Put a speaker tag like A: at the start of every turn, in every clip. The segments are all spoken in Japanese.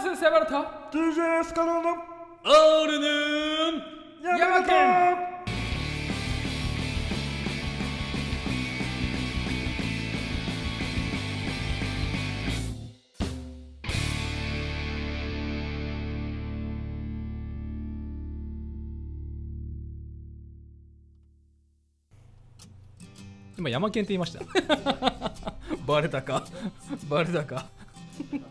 A: スセバルト
B: DJ スカローの
A: オールヌーン山県
C: 今山県って言いましたバレたかバレたか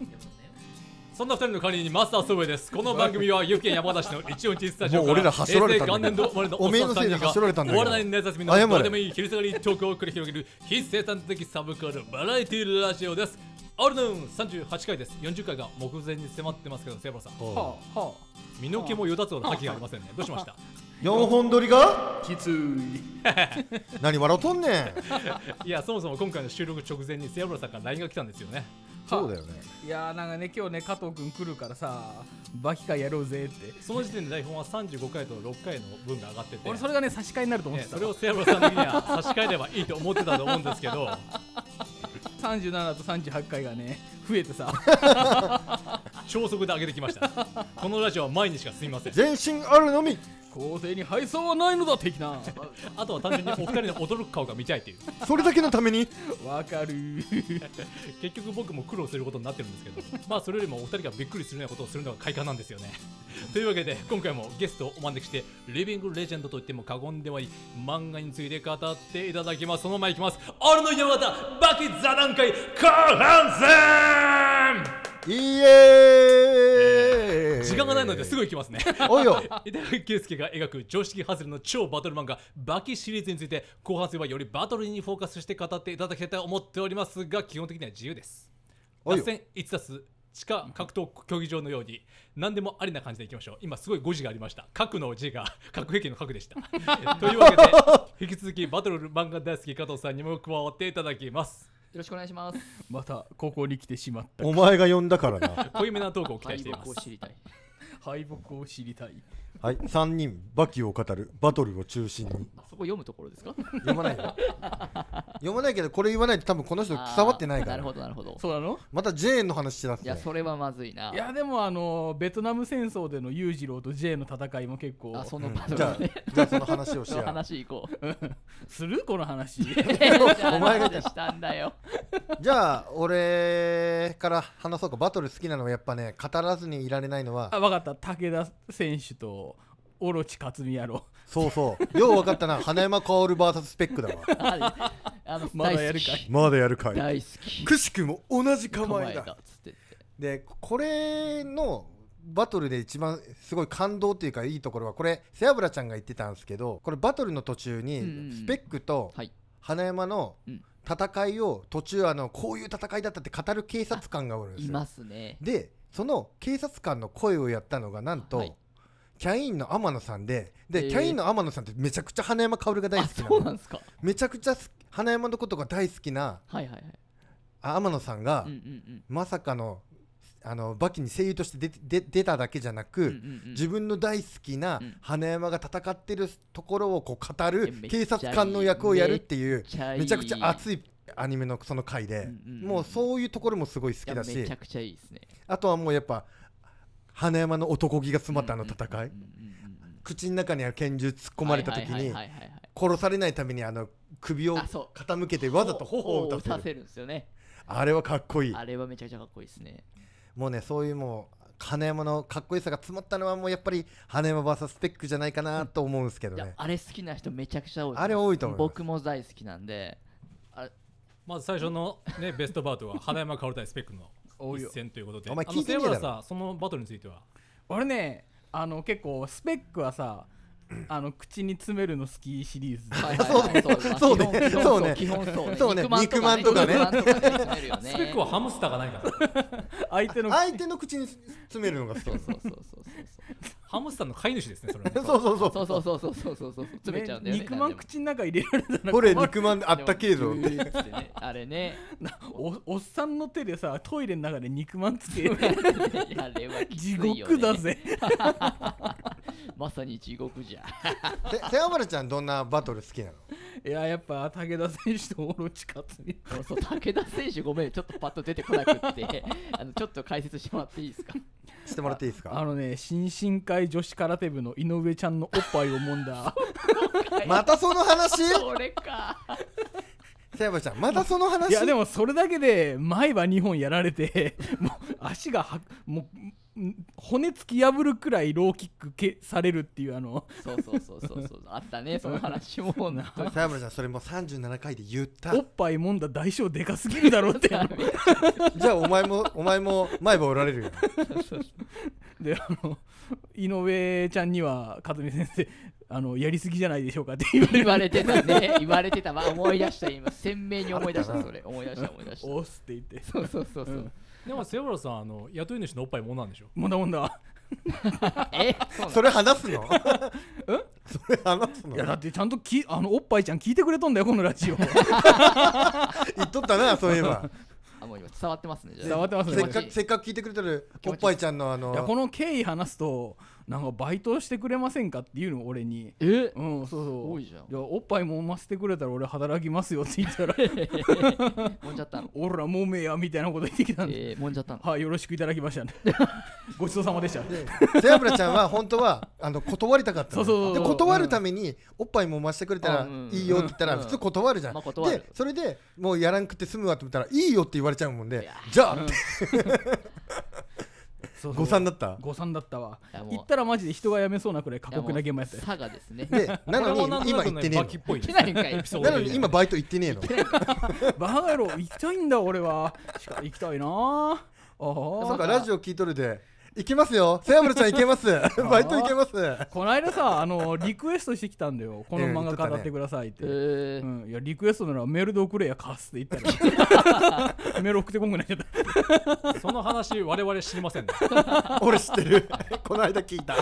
A: そんな二人の管理人マスターソブエです。この番組は岐阜県山田市の一音地スタジオ
B: もう俺ら走られたんだけ
A: 平成元年度
B: ど
A: 生まれの
B: おめえのせいで走られたんだけど
A: お笑いのネタみのどうでもいい昼下がりトークを繰り広げる非生産的サブカルバラエティラジオです。オールヌーン38回です。40回が目前に迫ってますけど、セブラさん。
C: はあは
A: 身の毛もよだつほど覇気がありませんね。どうしました
B: 4本撮りがきつい何笑うとんねん
A: いや、そもそも今回の収録直前にセブラさんから LINE が来たんですよね。
B: そうだよね
C: あいやーなんかね今日ね加藤君来るからさバキカやろうぜって
A: その時点で台本は35回と6回の分が上がってて。
C: 俺それがね差し替えになると思っ
A: ね
C: てた
A: それをセブラさん的には差し替えればいいと思ってたと思うんですけど、
C: 37と38回がね増えてさ
A: 超速で上げてきました。このラジオは毎日がすみません。
B: 全身あるのみ
C: 校庭に配送はないのだ的な
A: あとは単純にお二人の驚く顔が見たいっていう。
B: それだけのために
C: わかるー
A: 結局僕も苦労することになってるんですけど、まあそれよりもお二人がびっくりするようなことをするのが快感なんですよね。というわけで今回もゲストをお招きして、リビングレジェンドと言っても過言ではいい漫画について語っていただきます。その前いきます。俺の山田バキ座談会後半
B: イエーイ
A: 戦時間がないのですぐ行きますね。
B: おいよ
A: 板垣圭介が描く常識外れの超バトル漫画「バキ」シリーズについて後半戦はよりバトルにフォーカスして語っていただきたいと思っておりますが基本的には自由です
B: おい
A: 脱
B: よ
A: 線1たす地下格闘競技場のように何でもありな感じでいきましょう今すごい誤字がありました核の字が 核兵器の核でした というわけで引き続きバトル漫画大好き加藤さんにも加わっていただきます
D: よろしくお願いします。
C: またここに来てしまった
B: お前が呼んだからな
A: 濃いめなトークを期待し
D: 敗
A: ていま
D: 北を
A: す
D: 知りたい。
C: 敗北を知りたい
B: はい3人バキを語るバトルを中心に
D: そこ読むとこ ろですか？
B: 読まないよ読まないけどこれ言わないと多分この人伝わってないか
D: あーな
B: ら
D: るほどなるほど。
C: そうなの
B: また J の話してたっ
D: い
B: て
D: やそれはまずいな。
C: いやでもあのベトナム戦争での裕次郎と J の戦いも結
D: あ
C: 構
D: そうの
B: ん
D: パ
B: じゃ
D: ト
B: あ
D: ルね。
B: じゃあその話をし
D: その
B: や
D: 話行こ う。
C: するこの話
D: お
B: 前が言った
D: したんだよ。
B: じゃあ俺から話そうかバトル好きなのはやっぱね語らずにいられないのは
C: あ分かった武田選手とオロチ克美やろ
B: そうそうよう分かったな花山薫 VS スペックだわ
D: ああの
C: まだやるか
D: い。
B: まだやる かい
D: 大好き。
B: くしくも同じ構えだ
D: っつってて。
B: でこれのバトルで一番すごい感動っていうかいいところはこれ背脂ちゃんが言ってたんですけどこれバトルの途中
D: うんうんう
B: に
D: ん
B: スペックと
D: はい
B: 花山の
D: うん
B: 戦いを途中あのこういう戦いだったって語る警察官がおるんです
D: い
B: よ
D: ますね。
B: でその警察官の声をやったのがなんと、
D: はい
B: キャインの天野さんでで、
D: えー
B: キャインの天野さんってめちゃくちゃ花山薫が大
D: あ
B: 好きな
D: そうな
B: の
D: んですか。
B: めちゃくちゃす花山のことが大好きな
D: はいはいはい。
B: あ天野さんが、
D: うんうん
B: まさかのあのバキに声優として出て出出ただけじゃなく、
D: うん。うんうんうん
B: 自分の大好きな
D: うん
B: 花山が戦ってるところをこう語る
D: えめっち
B: 警
D: ゃいい
B: 察官の役をやるっていう
D: め
B: めちゃくちゃ
D: い
B: 熱いアニメのその回で、
D: うんうんうん
B: もうそういうところもすごい好
D: や
B: きだし
D: めちゃくちゃいいですね。
B: あとはもうやっぱ花山の男気が詰まったあの戦い、
D: うんうんうんうん
B: 口の中にある拳銃突っ込まれた時
D: はい
B: に
D: はいはいはいはい
B: 殺されないためにあの首を
D: あそう
B: 傾けてわざと頬を打た
D: さ
B: せる
D: せるんですよね。
B: あれはかっこいい
D: あれはめちゃくちゃかっこいいですね。
B: もうねそういうもう花山のかっこよさが詰まったのはもうやっぱり花山 VS スペックじゃないかなと思うんですけど
D: いや
B: ね
D: あれ好きな人めちゃくちゃ多い
B: あれ多いと思います
D: 僕も大好きなんであ
A: まず最初の、ね、ベストバウトは花山薫対スペックの
C: おい
A: 一
C: よ
A: 戦ということで
B: お前
A: あの
B: 聞いて
A: セ
B: ね
A: ブ
B: えだろ
A: ラさんそのバトルについては
C: 俺ねあの結構スペックはさあの口に詰めるの好きシリーズで
D: はい
B: そうね そうねそうね
D: 基本そうね
B: そうね肉ま
D: 肉まんとかね詰めるよね
A: スペックはハムスターがないから
C: 相手の
B: 相手の口に詰めるのが好き
D: そうそうそう
A: ハムスターの飼い主 ですね、それはね
B: そうそうそう
D: そうそうそうそうそうそうそうそう詰めちゃうんだよね
C: 肉まん口の中入れられたら
B: これ
C: 困る
B: 肉まんであったけえぞ
D: でもジューってねあれね
C: おおっさんの手でさトイレの中で肉まんつ ける
D: あれはきつい
C: 地
D: よね
C: 獄だぜ
D: まさに地獄じゃ
B: せ背脂ちゃんどんなバトル好きなの
C: いややっぱ武田選手とオロチ勝つに
D: そうそう武田選手ごめんちょっとパッと出てこなくってあのちょっと解説してもらっていいです か
B: してもらっていいです
C: あ
B: か
C: のね新進会女子空手部の井上ちゃんのおっぱいを揉んだ
B: またその話
D: それか
B: セアブラちゃんまたその話
C: いやでもそれだけで前歯2本やられて もう足がはもうん骨突き破るくらいローキックけされるっていうあの
D: そうそうそうそうそうあったねその話も本当に
B: セアブラちゃんそれもう37回で言った
C: おっぱい揉んだ代償でかすぎるだろうってあの
B: じゃあお前もお前も前歯折られるよ
C: であの井上ちゃんには和美先生あのやりすぎじゃないでしょうかって言われ
D: 言
C: る
D: われてたね言われてたわ思い出した今鮮明に思い出したそれ思い出した思い出し
C: おっすって言って
D: たそうそうそうそう、
C: うん
A: でも、セブラさん、あの雇い主のおっぱいもんなんでしょ
C: もんだもんだ
D: えそうな
B: それ話 すのそれ話すの
C: いやだってちゃんときあのおっぱいちゃん聞いてくれとんだよこのラジオ
B: 言っとったなそういえば
D: あもう今伝わってますねじゃあ
C: 伝わってますね
B: せっか
D: 気持ちい
B: く
D: い
B: せっかく聞いてくれてる
D: 気
B: おっ
D: 持ちいい
B: ぱいちゃんのあの
C: いやこの経緯話すとなんかバイトしてくれませんかっていうの俺に
D: え
C: うんそうそう
D: 多いじゃん
C: いやおっぱい揉ませてくれたら俺働きますよって言 ったら
D: もんじゃったの
C: おら揉めやみたいなこと言ってきたんで、
D: えー、もんじゃったの
C: はいよろしくいただきま したねごちそうさまでした
B: でセアブラちゃんは本当はあの断りたかったの
C: そうそうそう
B: で断るためにおっぱいも増してくれたら
D: うんうん
B: いいよって言ったら
D: うん
B: 普通断るじゃん、
D: まあ断る
B: でそれでもうやらんくて済むわって言ったらいいよって言われちゃうもんでじゃあって
C: そうそう
B: 誤算だった
C: 誤算だったわ
D: いやもう
C: 言ったらマジで人が辞めそうなくらい過
D: いやも
C: 酷
D: う
C: な現場やったよ
D: 佐賀ですね
B: でなの
A: これもなん と
B: に今
A: なく
B: 行ってね
A: バキっぽい
D: いけ
A: ね
D: ないんかい
A: エピソ
B: え
A: ー
B: の
A: ドで
B: なの
A: 言う
B: に今バイト行ってねえの
C: バカ野郎行きたいんだ俺 はしか行きたいなああ
B: そうかラジオ聞いとるで行けますよセアブラちゃん行けます バイト行けます
C: この間さあのリクエストしてきたんだよこの
B: うん
C: 漫
B: 言ってた
C: 画
B: ね
C: 語ってくださいって、
D: えー
C: うん、いやリクエストならメールで送れやカスって言った らメール送ってこんくなっちゃった
A: その話、我々知りませんね。
B: 俺知ってる この間聞いた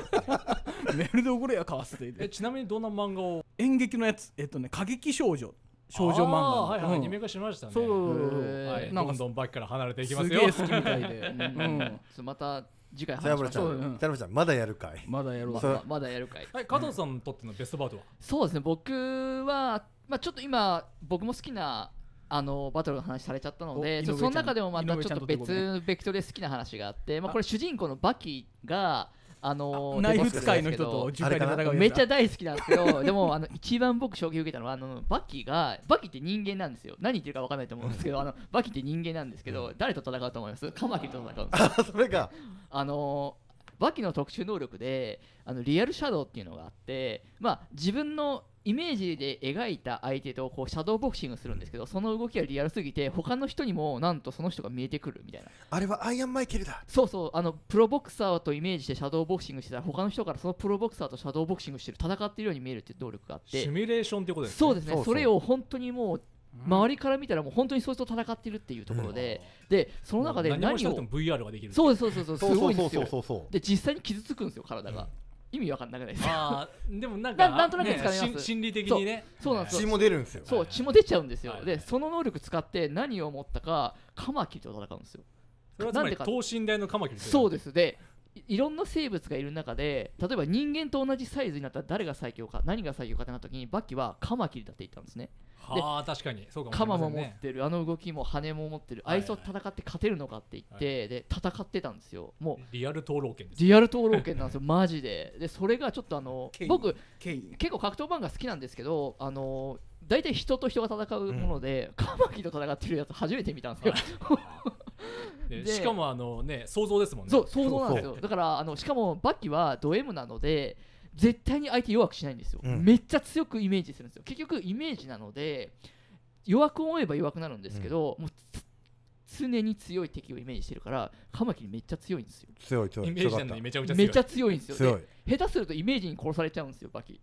C: メールで送れやカスって言っ
A: え
C: て
A: ちなみにどんな漫画を
C: 演劇のやつえっとね過激少女少女漫画
A: あ
C: の
A: ーはいはい、
C: うん
A: アニメ化しましたね。
C: そうそうそうそう
D: へー
A: はい、
C: なん
A: ど
C: か
A: んどんバキから離れていきますす
C: げ
A: よ
C: え。好きみたいで、う
D: う
C: んん、
D: そうまた次回
B: セアブ
D: 話し
B: ラ
D: ま
B: ち
D: し
B: ゃん
D: ょ
C: そうう
D: よ
C: だよ
B: セアブラちゃんまだやるかい
C: まだやろう
D: ま
B: そ
D: ままだやるかい
A: はい、加藤さんにとってのベストバードは、
D: そうですね僕は、まあ、ちょっと今僕も好きなあのバトルの話されちゃったの
C: お
D: でちょっと
C: 井
D: そ
C: 上
D: の
C: ちゃん
D: 中でもまた
C: 井
D: ちょ
C: 上
D: っ
C: ちゃん
D: と
C: とってことね
D: 別ベクトルで好きな話があって、まあ、これ主人公のバキがあの
C: ナイフ
D: 出てく
C: 使
D: る
C: い
D: ん
C: の
D: ですけ
C: 人
D: ど
C: と10回で戦うやつだ
D: めっちゃ大好きなんですけどでもあの一番僕衝撃を受けたのはあのバキがバキって人間なんですよ何言ってるか分かんないと思うんですけどあのバキって人間なんですけど誰と戦うと思いますカマキリと戦うんです
B: あそれが
D: あのーバキの特殊能力であのリアルシャドウっていうのがあって、まあ、自分のイメージで描いた相手とこうシャドウボクシングするんですけどその動きがリアルすぎて他の人にもなんとその人が見えてくるみたいな
B: あれはアイアンマイケルだ
D: そうそうあのプロボクサーとイメージしてシャドウボクシングしてたら他の人からそのプロボクサーとシャドウボクシングしてる戦っているように見えるっていう能力があっ
A: シ
D: て
A: ミュレーションということですね。
D: そうですね
B: そうそう
D: それを本当にもう周りから見たらもう本当にそいつと戦っているっていうところで、でその中で
A: 何もし
D: 何
A: な
D: を
A: くても VR ができる。
D: そうですそうですそうですすごいんですよ
B: うそう
D: で実際に傷つくんですよ体が、意味わかんなくないですか
A: あーでもなんか、
D: な なんとなくですか
A: ね
D: ねまず
A: 心心理的にね。
D: そうなんですよ
B: 血も出るんですよ
D: そう血も出ちゃうんですよ、
A: はい
D: でその能力使って何を思ったかカマキリと戦うんですよ
A: それはつま
D: なん
A: り
D: でか
A: 等身大のカマキリ
D: そう
A: で
D: ですでいいろんな生物がいる中で例えば人間と同じサイズになったら誰が最強か何が最強かってなった時にバッキはカマキリだって言ったんですね
A: すね。はあ、確かに。そうかもし
D: カ
A: れ
D: マ
A: ませ
D: も
A: ん
D: 持
A: ね
D: っ。てるあの動きも羽も持ってる
A: は
D: あ
A: い
D: いつと戦って勝てるのかって言って、で戦ってたんですよもう
A: リアル討論権です。
D: リアル討論権なんですよマジででそれがちょっとあの
C: ケイ
D: 僕
C: ケイ
D: 結構格闘漫画好きなんですけど、あの大体人と人が戦うもので、カマキリと戦ってるやつ初めて見たんですよ。
A: で
D: で
A: しかも、あのね、想像ですもんね。
D: そう、想像なんです
B: そ
D: よ。だから、あのしかもバキはド M なので、絶対に相手弱くしないんですよ、
B: うん
D: めっちゃ強くイメージするんですよ。結局、イメージなので、弱く思えば弱くなるんですけど、もうつ常に強い敵をイメージしてるから、カマキリめっちゃ強いんですよ。
B: 強い強い
A: イメージなのにめちゃくちゃ強い。
D: めっちゃ強いんですよ。で
B: 強い
D: 下手するとイメージに殺されちゃうんですよ、バキ。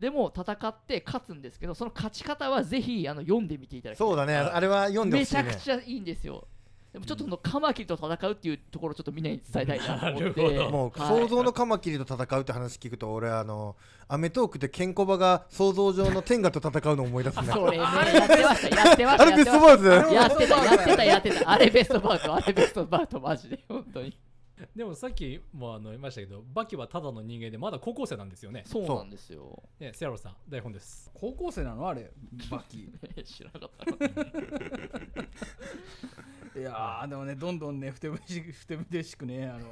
D: でも戦って勝つんですけど、その勝ち方はぜひあの読んでみていただきたい
B: そうだねあれは読んでほ
D: め
B: しい
D: ちゃ
B: ね
D: くちゃいいんですよ。でもちょっとそのカマキリと戦うっていうところをちょっとみんなに伝えた いなと思っ
A: なる
D: て。
A: ほど
B: もう
D: はい
B: 想像のカマキリと戦うって話聞くと俺あのアメトークでケンコバが想像上の天下と戦うのを思い出すね
D: それね、やってました、やってまし
B: あれ
D: た。
B: ベスト
D: ー
B: バーズ
D: やってた、やってた、やってた。あれベストバート、あれベストバート、マジで、本当に。
A: でもさっきもあの言いましたけどバキはただの人間でまだ高校生なんですよね
D: そうなんですよ。
A: ねセアロさん台本です
C: 高校生なのあれバキ
D: 知らなかったな。
C: いやーでもねどんどんねふてぶてしくふてぶてしくねあ の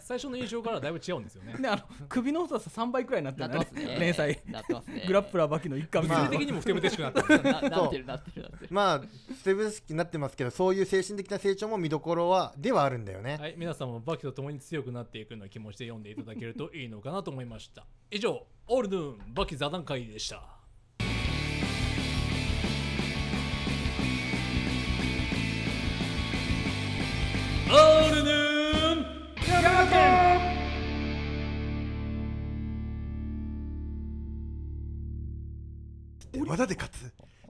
A: 最初の印象からだいぶ違うんです よね
C: ねあの首の太さ3倍くらいになって
D: な
C: る
D: ってますね。
C: 連載
D: なってますね。
C: グラップ
D: ラ
C: ラーバキの一巻
A: 物
B: ま
A: 理
B: あ
A: 的にもふてぶてしくなった
D: ななってるなってるなってる。
B: まあステブスキになってますけどそういう精神的な成長も見どころはではあるんだよね、
A: はい、皆さんもバキと共に強くなっていくような気持ちで読んでいただけるといいのかなと思いました。以上、オールドゥーンバキ座談会でした。オールドゥーン
E: 技で勝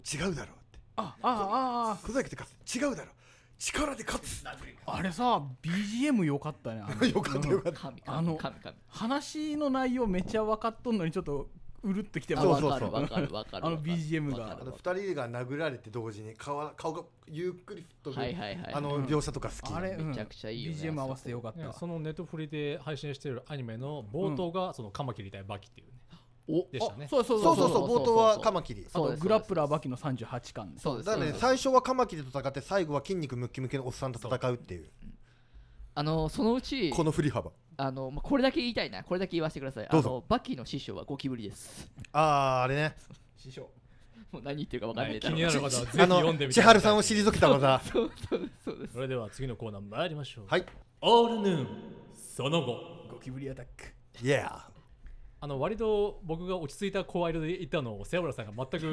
E: つ違うだろうって
C: あああ
E: 小崎で勝つ違うだろう力で勝つ
C: ああれさ BGM 良かったね あの
E: よかったよかった
D: 神
C: あの
D: 神神神。
C: 話の内容めっちゃ分かっとんのにちょっとうるってきて
D: あ
C: も
B: そうそうそう
D: わかるわかるわかるわかる。
C: あの BGM が
D: わか
B: あ
D: る
B: の
D: わかる
B: 2人が殴られて同時に顔は顔がゆっくり吹っ飛ぶ、
D: はいはいはい。
B: あの描写とか好き、
C: あれうん
D: めちゃくちゃいいよね
C: BGM 合わせてよかっ
A: いや
C: た
A: そのネットフリで配信しているアニメの冒頭が、そのカマキリ対バキっていうね。
D: お
A: でしたね。
C: そうそう
B: そ
C: そうう
B: そ
C: そうう
B: そう冒
D: そうそうそう
B: 頭はカマキリ
C: あ
D: そう
C: と
D: です
C: グラップラーバキの38巻
D: そうです
B: だから
D: そう
B: ね
D: です
B: 最初はカマキリと戦って最後は筋肉ムッキムキのおっさんと戦うっていう
D: あのそのうち
E: この振り幅
D: あのまあこれだけ言いたいなこれだけ言わせてください。あ
B: どうぞ
D: のバキの師匠はゴキブリです。
B: あああれね
C: 師匠
D: もう何言ってるかわかん
A: は、
D: ないい
A: 気
D: だろう
A: になる方はぜひ読
B: あ
A: んで
B: の
A: みてく
B: 千
A: ださい
B: 春さんを退けた技
D: そうそうそうです。
A: それでは次のコーナー参りましょう。
B: はい
A: オールヌーン、その後。
C: ゴキブリアタック
B: イエ ー
A: あの割と僕が落ち着いた声色で言ったのを瀬村さんが全く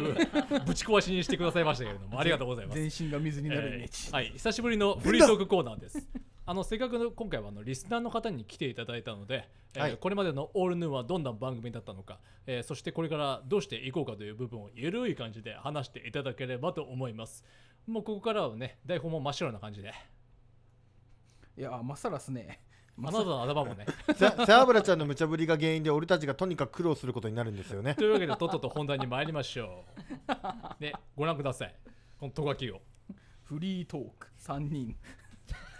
A: ぶち壊しにしてくださいましたけれどもありがとうございます、
C: 全身が水になるイメ
A: え
C: ー
A: ー
C: ジ
A: はい久しぶりのフリートークコーナーですあのせっかくの今回はあのリスナーの方に来ていただいたので、えー
B: はい
A: これまでの「オールヌーン」はどんな番組だったのか、えーそしてこれからどうしていこうかという部分をゆるい感じで話していただければと思いますもうここからはね台本も真っ白な感じで
C: いやまさらっすね
A: あなたの頭もね
B: さ背脂ちゃんの無茶ぶりが原因で俺たちがとにかく苦労することになるんですよね
A: というわけでとっとと本題に参りましょうでご覧くださいこのト書きを
C: フリートーク3人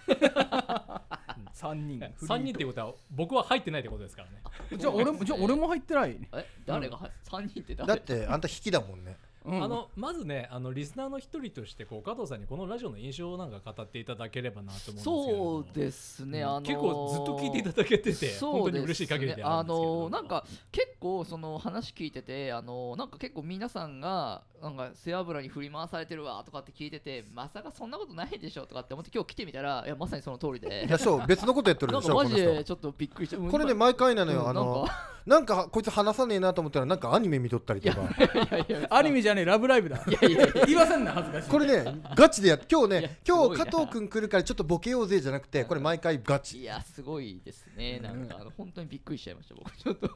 C: 3人フリートーク
A: 3人ってことは僕は入ってないってことですからね
C: じゃあ俺もじゃあ俺も入ってない
D: え誰が入三人って誰
B: だってあんた引きだもんね
C: うん
A: あのまずねあのリスナーの一人としてこう加藤さんにこのラジオの印象をなんか語っていただければなと思
D: そ
A: うん
D: う
A: ですけれども
D: ですね、
A: うん
D: あの
A: 結構ずっと聞いていただけてて、本当に嬉しい限りであ
D: あ
A: るんですけれども
D: のなんか結構その話聞いててあのなんか結構皆さんがなんか背脂に振り回されてるわとかって聞いててまさかそんなことないでしょとかって思って今日来てみたらいやまさにその通りで
B: いやそう別のことやってる
D: な
B: で
D: ん
B: し
D: か
B: ょこ
D: マ
B: の
D: ジ
B: 人
D: でちょっとびっくりしたうん
B: これね毎回なの
D: う
B: よ
D: ん
B: あの
D: なんか
B: なんかこいつ話さねえなと思ったらなんかアニメ見とったりとか
D: いやいや
C: アニメじゃねえラブライブだ 言わせんな恥ずかしい
B: これねガチでやっ今日
D: いや
B: ね
D: す
B: 今
D: ごい
B: 日
D: な
B: 加藤君来るからちょっとボケようぜじゃなくてこれ毎回ガ
D: い
B: チ
D: やすごいですねなんかあの本当にびっくりしちゃいました僕 ちょっと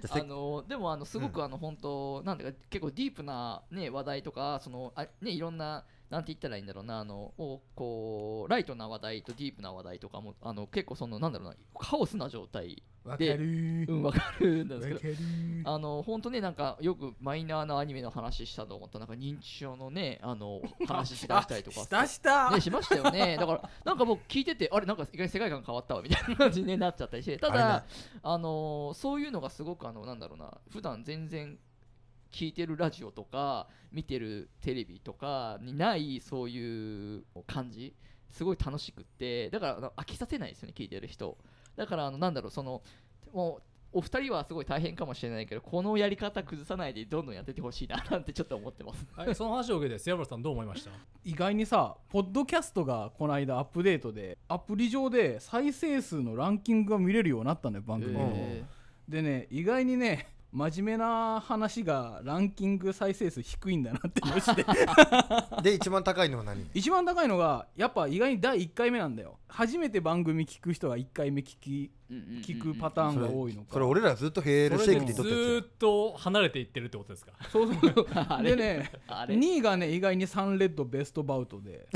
B: じゃあ
D: あ
B: せ
D: のでもあのすごくあの本当、なんていうか結構ディープな、ね、話題とかそのあ、ね、いろんななんて言ったらいいんだろうなあのをこうライトな話題とディープな話題とかもあの結構そのなんだろうなカオスな状態、
C: わかるー
D: うん、わかるんで
C: わ
D: す
C: か
D: け
C: る
D: ど。
C: ー
D: あの本当ねなんかよくマイナーなアニメの話したと思ったなんか認知症のねあの話しだしたりとか
C: したした
D: ね、しましたよね。だから、なんか僕聞いてて、あれ、なんか意外に世界観変わったわみたいな感じになっちゃったりして、た
B: あれ
D: だ
B: な、
D: あのーそういうのがすごく、あの、なんだろうな、普段全然聞いてるラジオとか、見てるテレビとかにない、そういう感じ、すごい楽しくって、だからあの飽きさせないですよね、聞いてる人。だから、あのなんだろう、その、もう、お二人はすごい大変かもしれないけど、このやり方崩さないでどんどんやってってほしいななんてちょっと思ってます。
A: はいその話を受けて瀬村さんどう思いました
C: 意外にさポッドキャストがこの間アップデートでアプリ上で再生数のランキングが見れるようになったんだよ番組の、
D: え
C: でね意外にね真面目な話がランキング再生数低いんだなって 思って
B: で一番高いのは何
C: 一番高いのがやっぱ意外に第1回目なんだよ初めて番組聞く人が1回目聞き
D: ーうんうんうんうん
C: 聞くパターンが多いのか
B: それ俺らずっとヘールシ
A: そ
B: ェ
A: れ
B: イ
A: で
B: ク
A: ず
B: で撮ったや
A: ーっと離れていってるってことですか
C: そうそう
D: あれ
C: でね
D: あれ
C: 2位がね意外にサンレッドベストバウトで、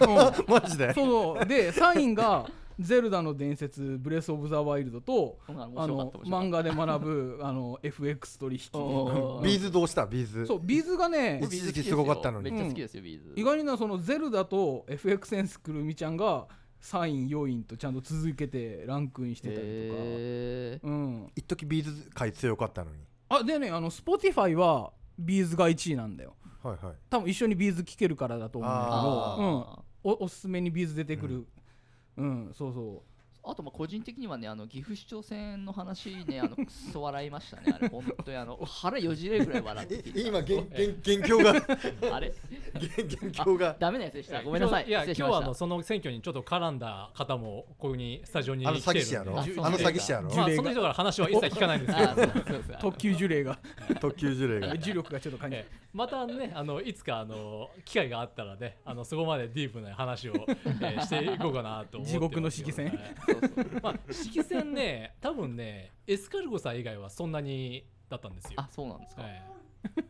B: つマジで
C: そうそうで3位が「ゼルダの伝説ブレス・オブ・ザ・ワイルドと」
D: うん面
C: あ
D: 白か
C: の
D: った面白か
C: 漫
D: っ
C: 画で学ぶ あの FX 取
D: た
C: 引
D: うん
B: ビーズどうしたビーズ
C: そうビーズがね
B: 一時期すごかったのに
D: めっちゃ好きですよ、ビーズ。
C: 意外になそのゼルダと FX センスくるみちゃんが3位4位とちゃんと続けてランクインしてたりとか、
D: え
C: うん、
B: 一時ビーズ界強かったのに
C: あでねあの Spotify はビーズが1位なんだよ
B: はいはい
C: 多分一緒にビーズ聴けるからだと思うんだけ
B: あ
C: ど、うん、おおすすめにビーズ出てくる、うんそうそ
D: あとまあ個人的にはねあの岐阜市長選の話ねあのくそ笑いましたねあれ本当にあの腹よじれるぐらい笑って
B: え
D: 聞いてた
B: 今げんげん元凶が
D: あれ
B: 元元凶が
D: ダメなやつでしたごめんなさい
A: いや今
D: 失礼
A: 日
D: しま
A: はあ
D: し
A: の
D: た
A: その選挙にちょっと絡んだ方もここにスタジオに
B: あの
A: 来て
B: 詐
A: る
B: 欺師やろ
A: ん
B: あ
A: で
D: そう
B: の詐欺師やろ
A: まあ
C: 呪霊が
A: その人から話は一切聞かないんですけ
D: あ
A: ど
D: そうですそうです
C: う特急呪霊 が
B: 特急呪霊が
C: 重力がちょっと感じ
A: ええまたねあのいつかあの機会があったらねあのそこまでディープな話を、えー していこうかなと思って
C: 地獄の
A: ますけどね
C: 色
D: そうそう
A: まあ色線ね多分ねエスカルゴさん以外はそんなにだったんですよ
D: あ、そうなんですか
A: ええ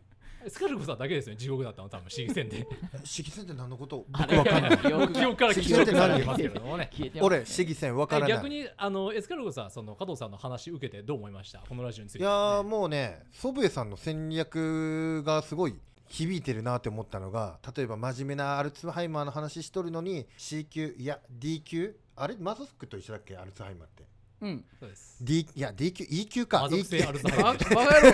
A: エスカルゴさんだけですよね地獄だったの多分色線で
E: 四季線って何のこと
D: あ
B: 僕わかんない
D: 記憶
A: 記
D: が
A: 憶から消え
B: 色線ってて
A: な
B: 何
A: りますけれどもね
D: 消えてますね
B: 俺市議 選わからない
A: 逆にあのエスカルゴさんその加藤さんの話受けてどう思いましたこのラジオについ
B: い
A: て
B: やーもうね、祖父江さんの戦略がすごい響いてるなって思ったのが、例えば真面目なアルツハイマーの話しとるのに、C 級、いや、D 級、あれ、マゾスクと一緒だっけ、アルツハイマーって。
C: うん
A: そうです
B: D、いや、D 級、E 級か、
A: 魔
B: E
A: 族
B: 級
A: 性アルツハイマ
C: ババ
A: ー
C: カ野郎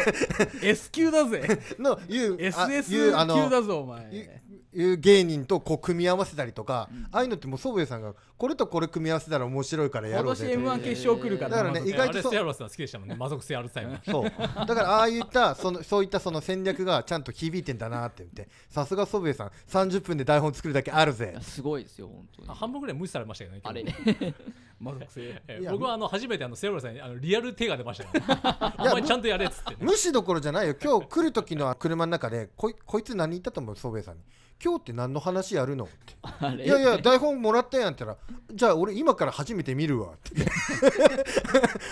C: S 級だぜ
B: の、いう、あ
C: SS
B: いうあ
C: 級だ
B: の、
C: ぞお
B: いう
C: 前
B: いう芸人とこう組み合わせたりとか、
D: うん
B: ああいうのってもう祖父江さんが、これとこれ組み合わせたら面白いからや
C: 今
B: ろう
C: 年
B: ぜと。
C: m 1決勝来るか
B: だかららね
C: まず
B: 意外と
A: あれ
B: そう
A: セアロスさん好きでしたもん ね魔族性アルツハイマー
B: そうだからああいったそのそういったその戦略がちゃんと響いてんだなって言ってさすが祖父江さん30分で台本作るだけある
D: い
B: ぜ
D: やすごいですよ本当に
A: あ半分ぐらい無視されましたけどね今
D: あ
A: 日
D: れ
C: 魔族性
A: え
B: いや
A: 僕はあの初めてあのセオラさんにあのリアル手が出ま したから、お前ちゃんとやれっつってね、
B: 無視どころじゃないよ今日来る時の車の中でこいこいつ何言ったと思う祖父江さんに今日って何の話やるのって
D: あれ
B: いやいや台本もらったやんって言ったらじゃあ俺今から初めて見るわって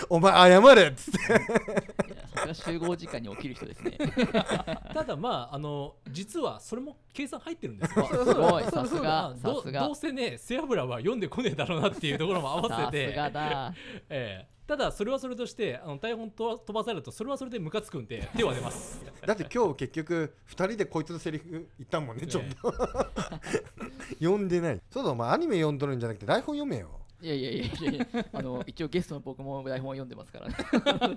B: お前謝れっつって
D: いやさすが集合時間に起きる人ですね
A: ただまああの実はそれも計算入ってるんですよ
D: すごい
A: そう
D: さ
A: そう
D: すが
A: ど
D: さ
A: ど
D: すが
A: うせね背脂は読んでこねえだろうなっていうところも合わ
D: さ
A: せ
D: す
A: て
D: が、だ
A: ええただそれはそれとしてあの台本と飛ばされるとそれはそれでムカつくん で手は出ます
B: だって今日結局2人でこいつのセリフ言ったもんねちょっと、 読んでないそうだお前アニメ読んどるんじゃなくて台本読めよ
D: いやいやいやいやいやあの一応ゲストの僕も台本を読んでますか らね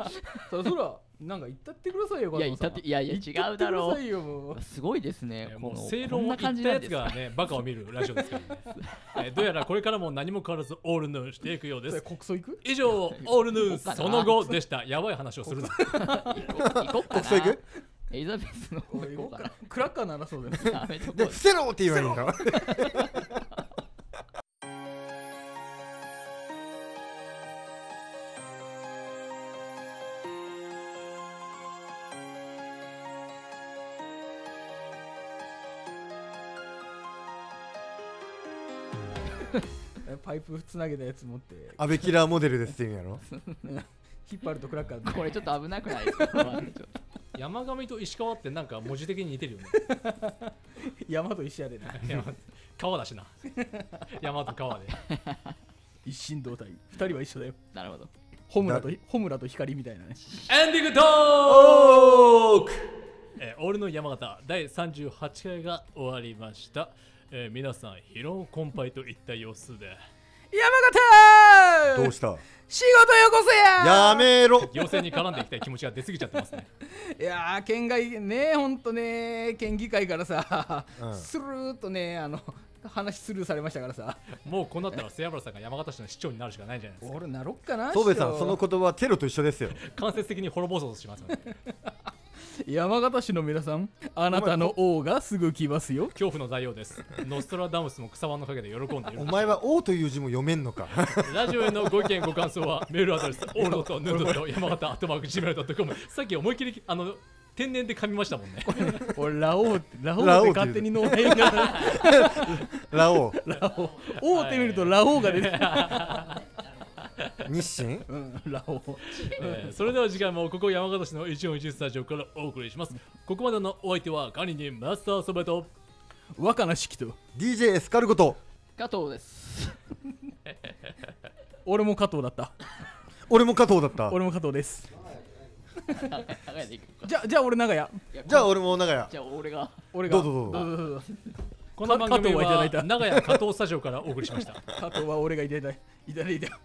C: そそらなんか言ったってくださいよ
D: いやいたっていやいや違うだろ
C: う
D: う
C: よ
D: すごいですね
A: ええ
D: こ
A: も
D: の
A: う正
D: こ
A: 論を
D: んな
A: 言
D: 感
A: っ
D: じ
A: た
D: なん
A: や
D: で
A: つ
D: すか
A: がねバカを見るラジオですからね、ええどうやらこれからも何も変わらずオールヌーしていくようで
C: それ
A: す
C: 国葬行く
A: 以上オールヌー
D: そうかな
A: その後でしたやばい話をするぞ
D: 行こっか
B: 国際行
D: な
B: く
D: エリザベスの方
C: おい行
D: 行こ
C: こ
D: う
C: う
D: か
C: かクラッカーならそうだよ
D: なやめとこ
B: で
D: う
B: 伏せろって言われるの
C: パイプつなげたやつ持って
B: 安倍キラーモデルですって言うんやろ
C: 引っ張るとクラッカー
D: これちょっと危なくないですかこれはちょっと
A: 山上と石川ってなんか文字的に似てるよね
C: 山と石や でな
A: 山川だしな山と川で
C: 一心同体二人は一緒だよ
D: なるほど
C: ホムラとホムラと光みたいなね
A: エンディングトークえー、俺の山形第38回が終わりました、えー、皆さん疲労困憊といった様子で
C: 山
B: どう
C: 形
B: した
C: 仕事よこせや
B: やめろ
A: 行政に絡んでいきたい気持ちが出過ぎちゃってますね
C: いやー県外ねほんとね県議会からさ、
B: うん
C: スルーっとねあの話スルーされましたから さ
A: もうこうなったら背脂さんが山形市の市長になるしかないんじゃないですか
C: 俺なろっかな
B: 宗部さ
C: 市
B: ん
C: 長
B: その言葉はテロと一緒ですよ
A: 間接的に滅ぼそうとしますよね
C: 山形市の皆さんあなたの王がすぐ来ますよ
A: 恐怖の材料ですノストラダムスも草葉の陰で喜んでいる
B: お前は「王」という字も読めんのか
A: ラジオへのご意見ご感想はメールアドレスオールとヌードと山形アットマークジメルドットコムさっき思いっきりあの天然で噛みましたもんね
C: 俺ラオウってラオウ
B: ラ
C: っ
B: オウ
C: て
B: って言う
C: 勝手に脳内が
B: ラオウ
C: ラオウ王って見るとラオウが出てくる、
B: 日清
C: うん、ラオウ
A: えーそれでは次回もここ山形市の141スタジオからお送りしますここまでのお相手はガニにマスターそばと
C: 若菜式と
B: DJ エスカルゴと
D: 加藤です
C: 俺も加藤だった
B: 俺も加藤だった
C: 俺も加藤です
D: 長いでいくか
C: じゃじゃあ俺長屋
B: じゃあ俺も長屋
D: じゃあ俺が
C: 俺が
B: どうぞどうぞ
C: どうぞどうぞ
A: この番組
C: 加藤はいただいた
A: は長屋加藤スタジオからお送りしました。
C: 加藤は俺がいただいたいただいた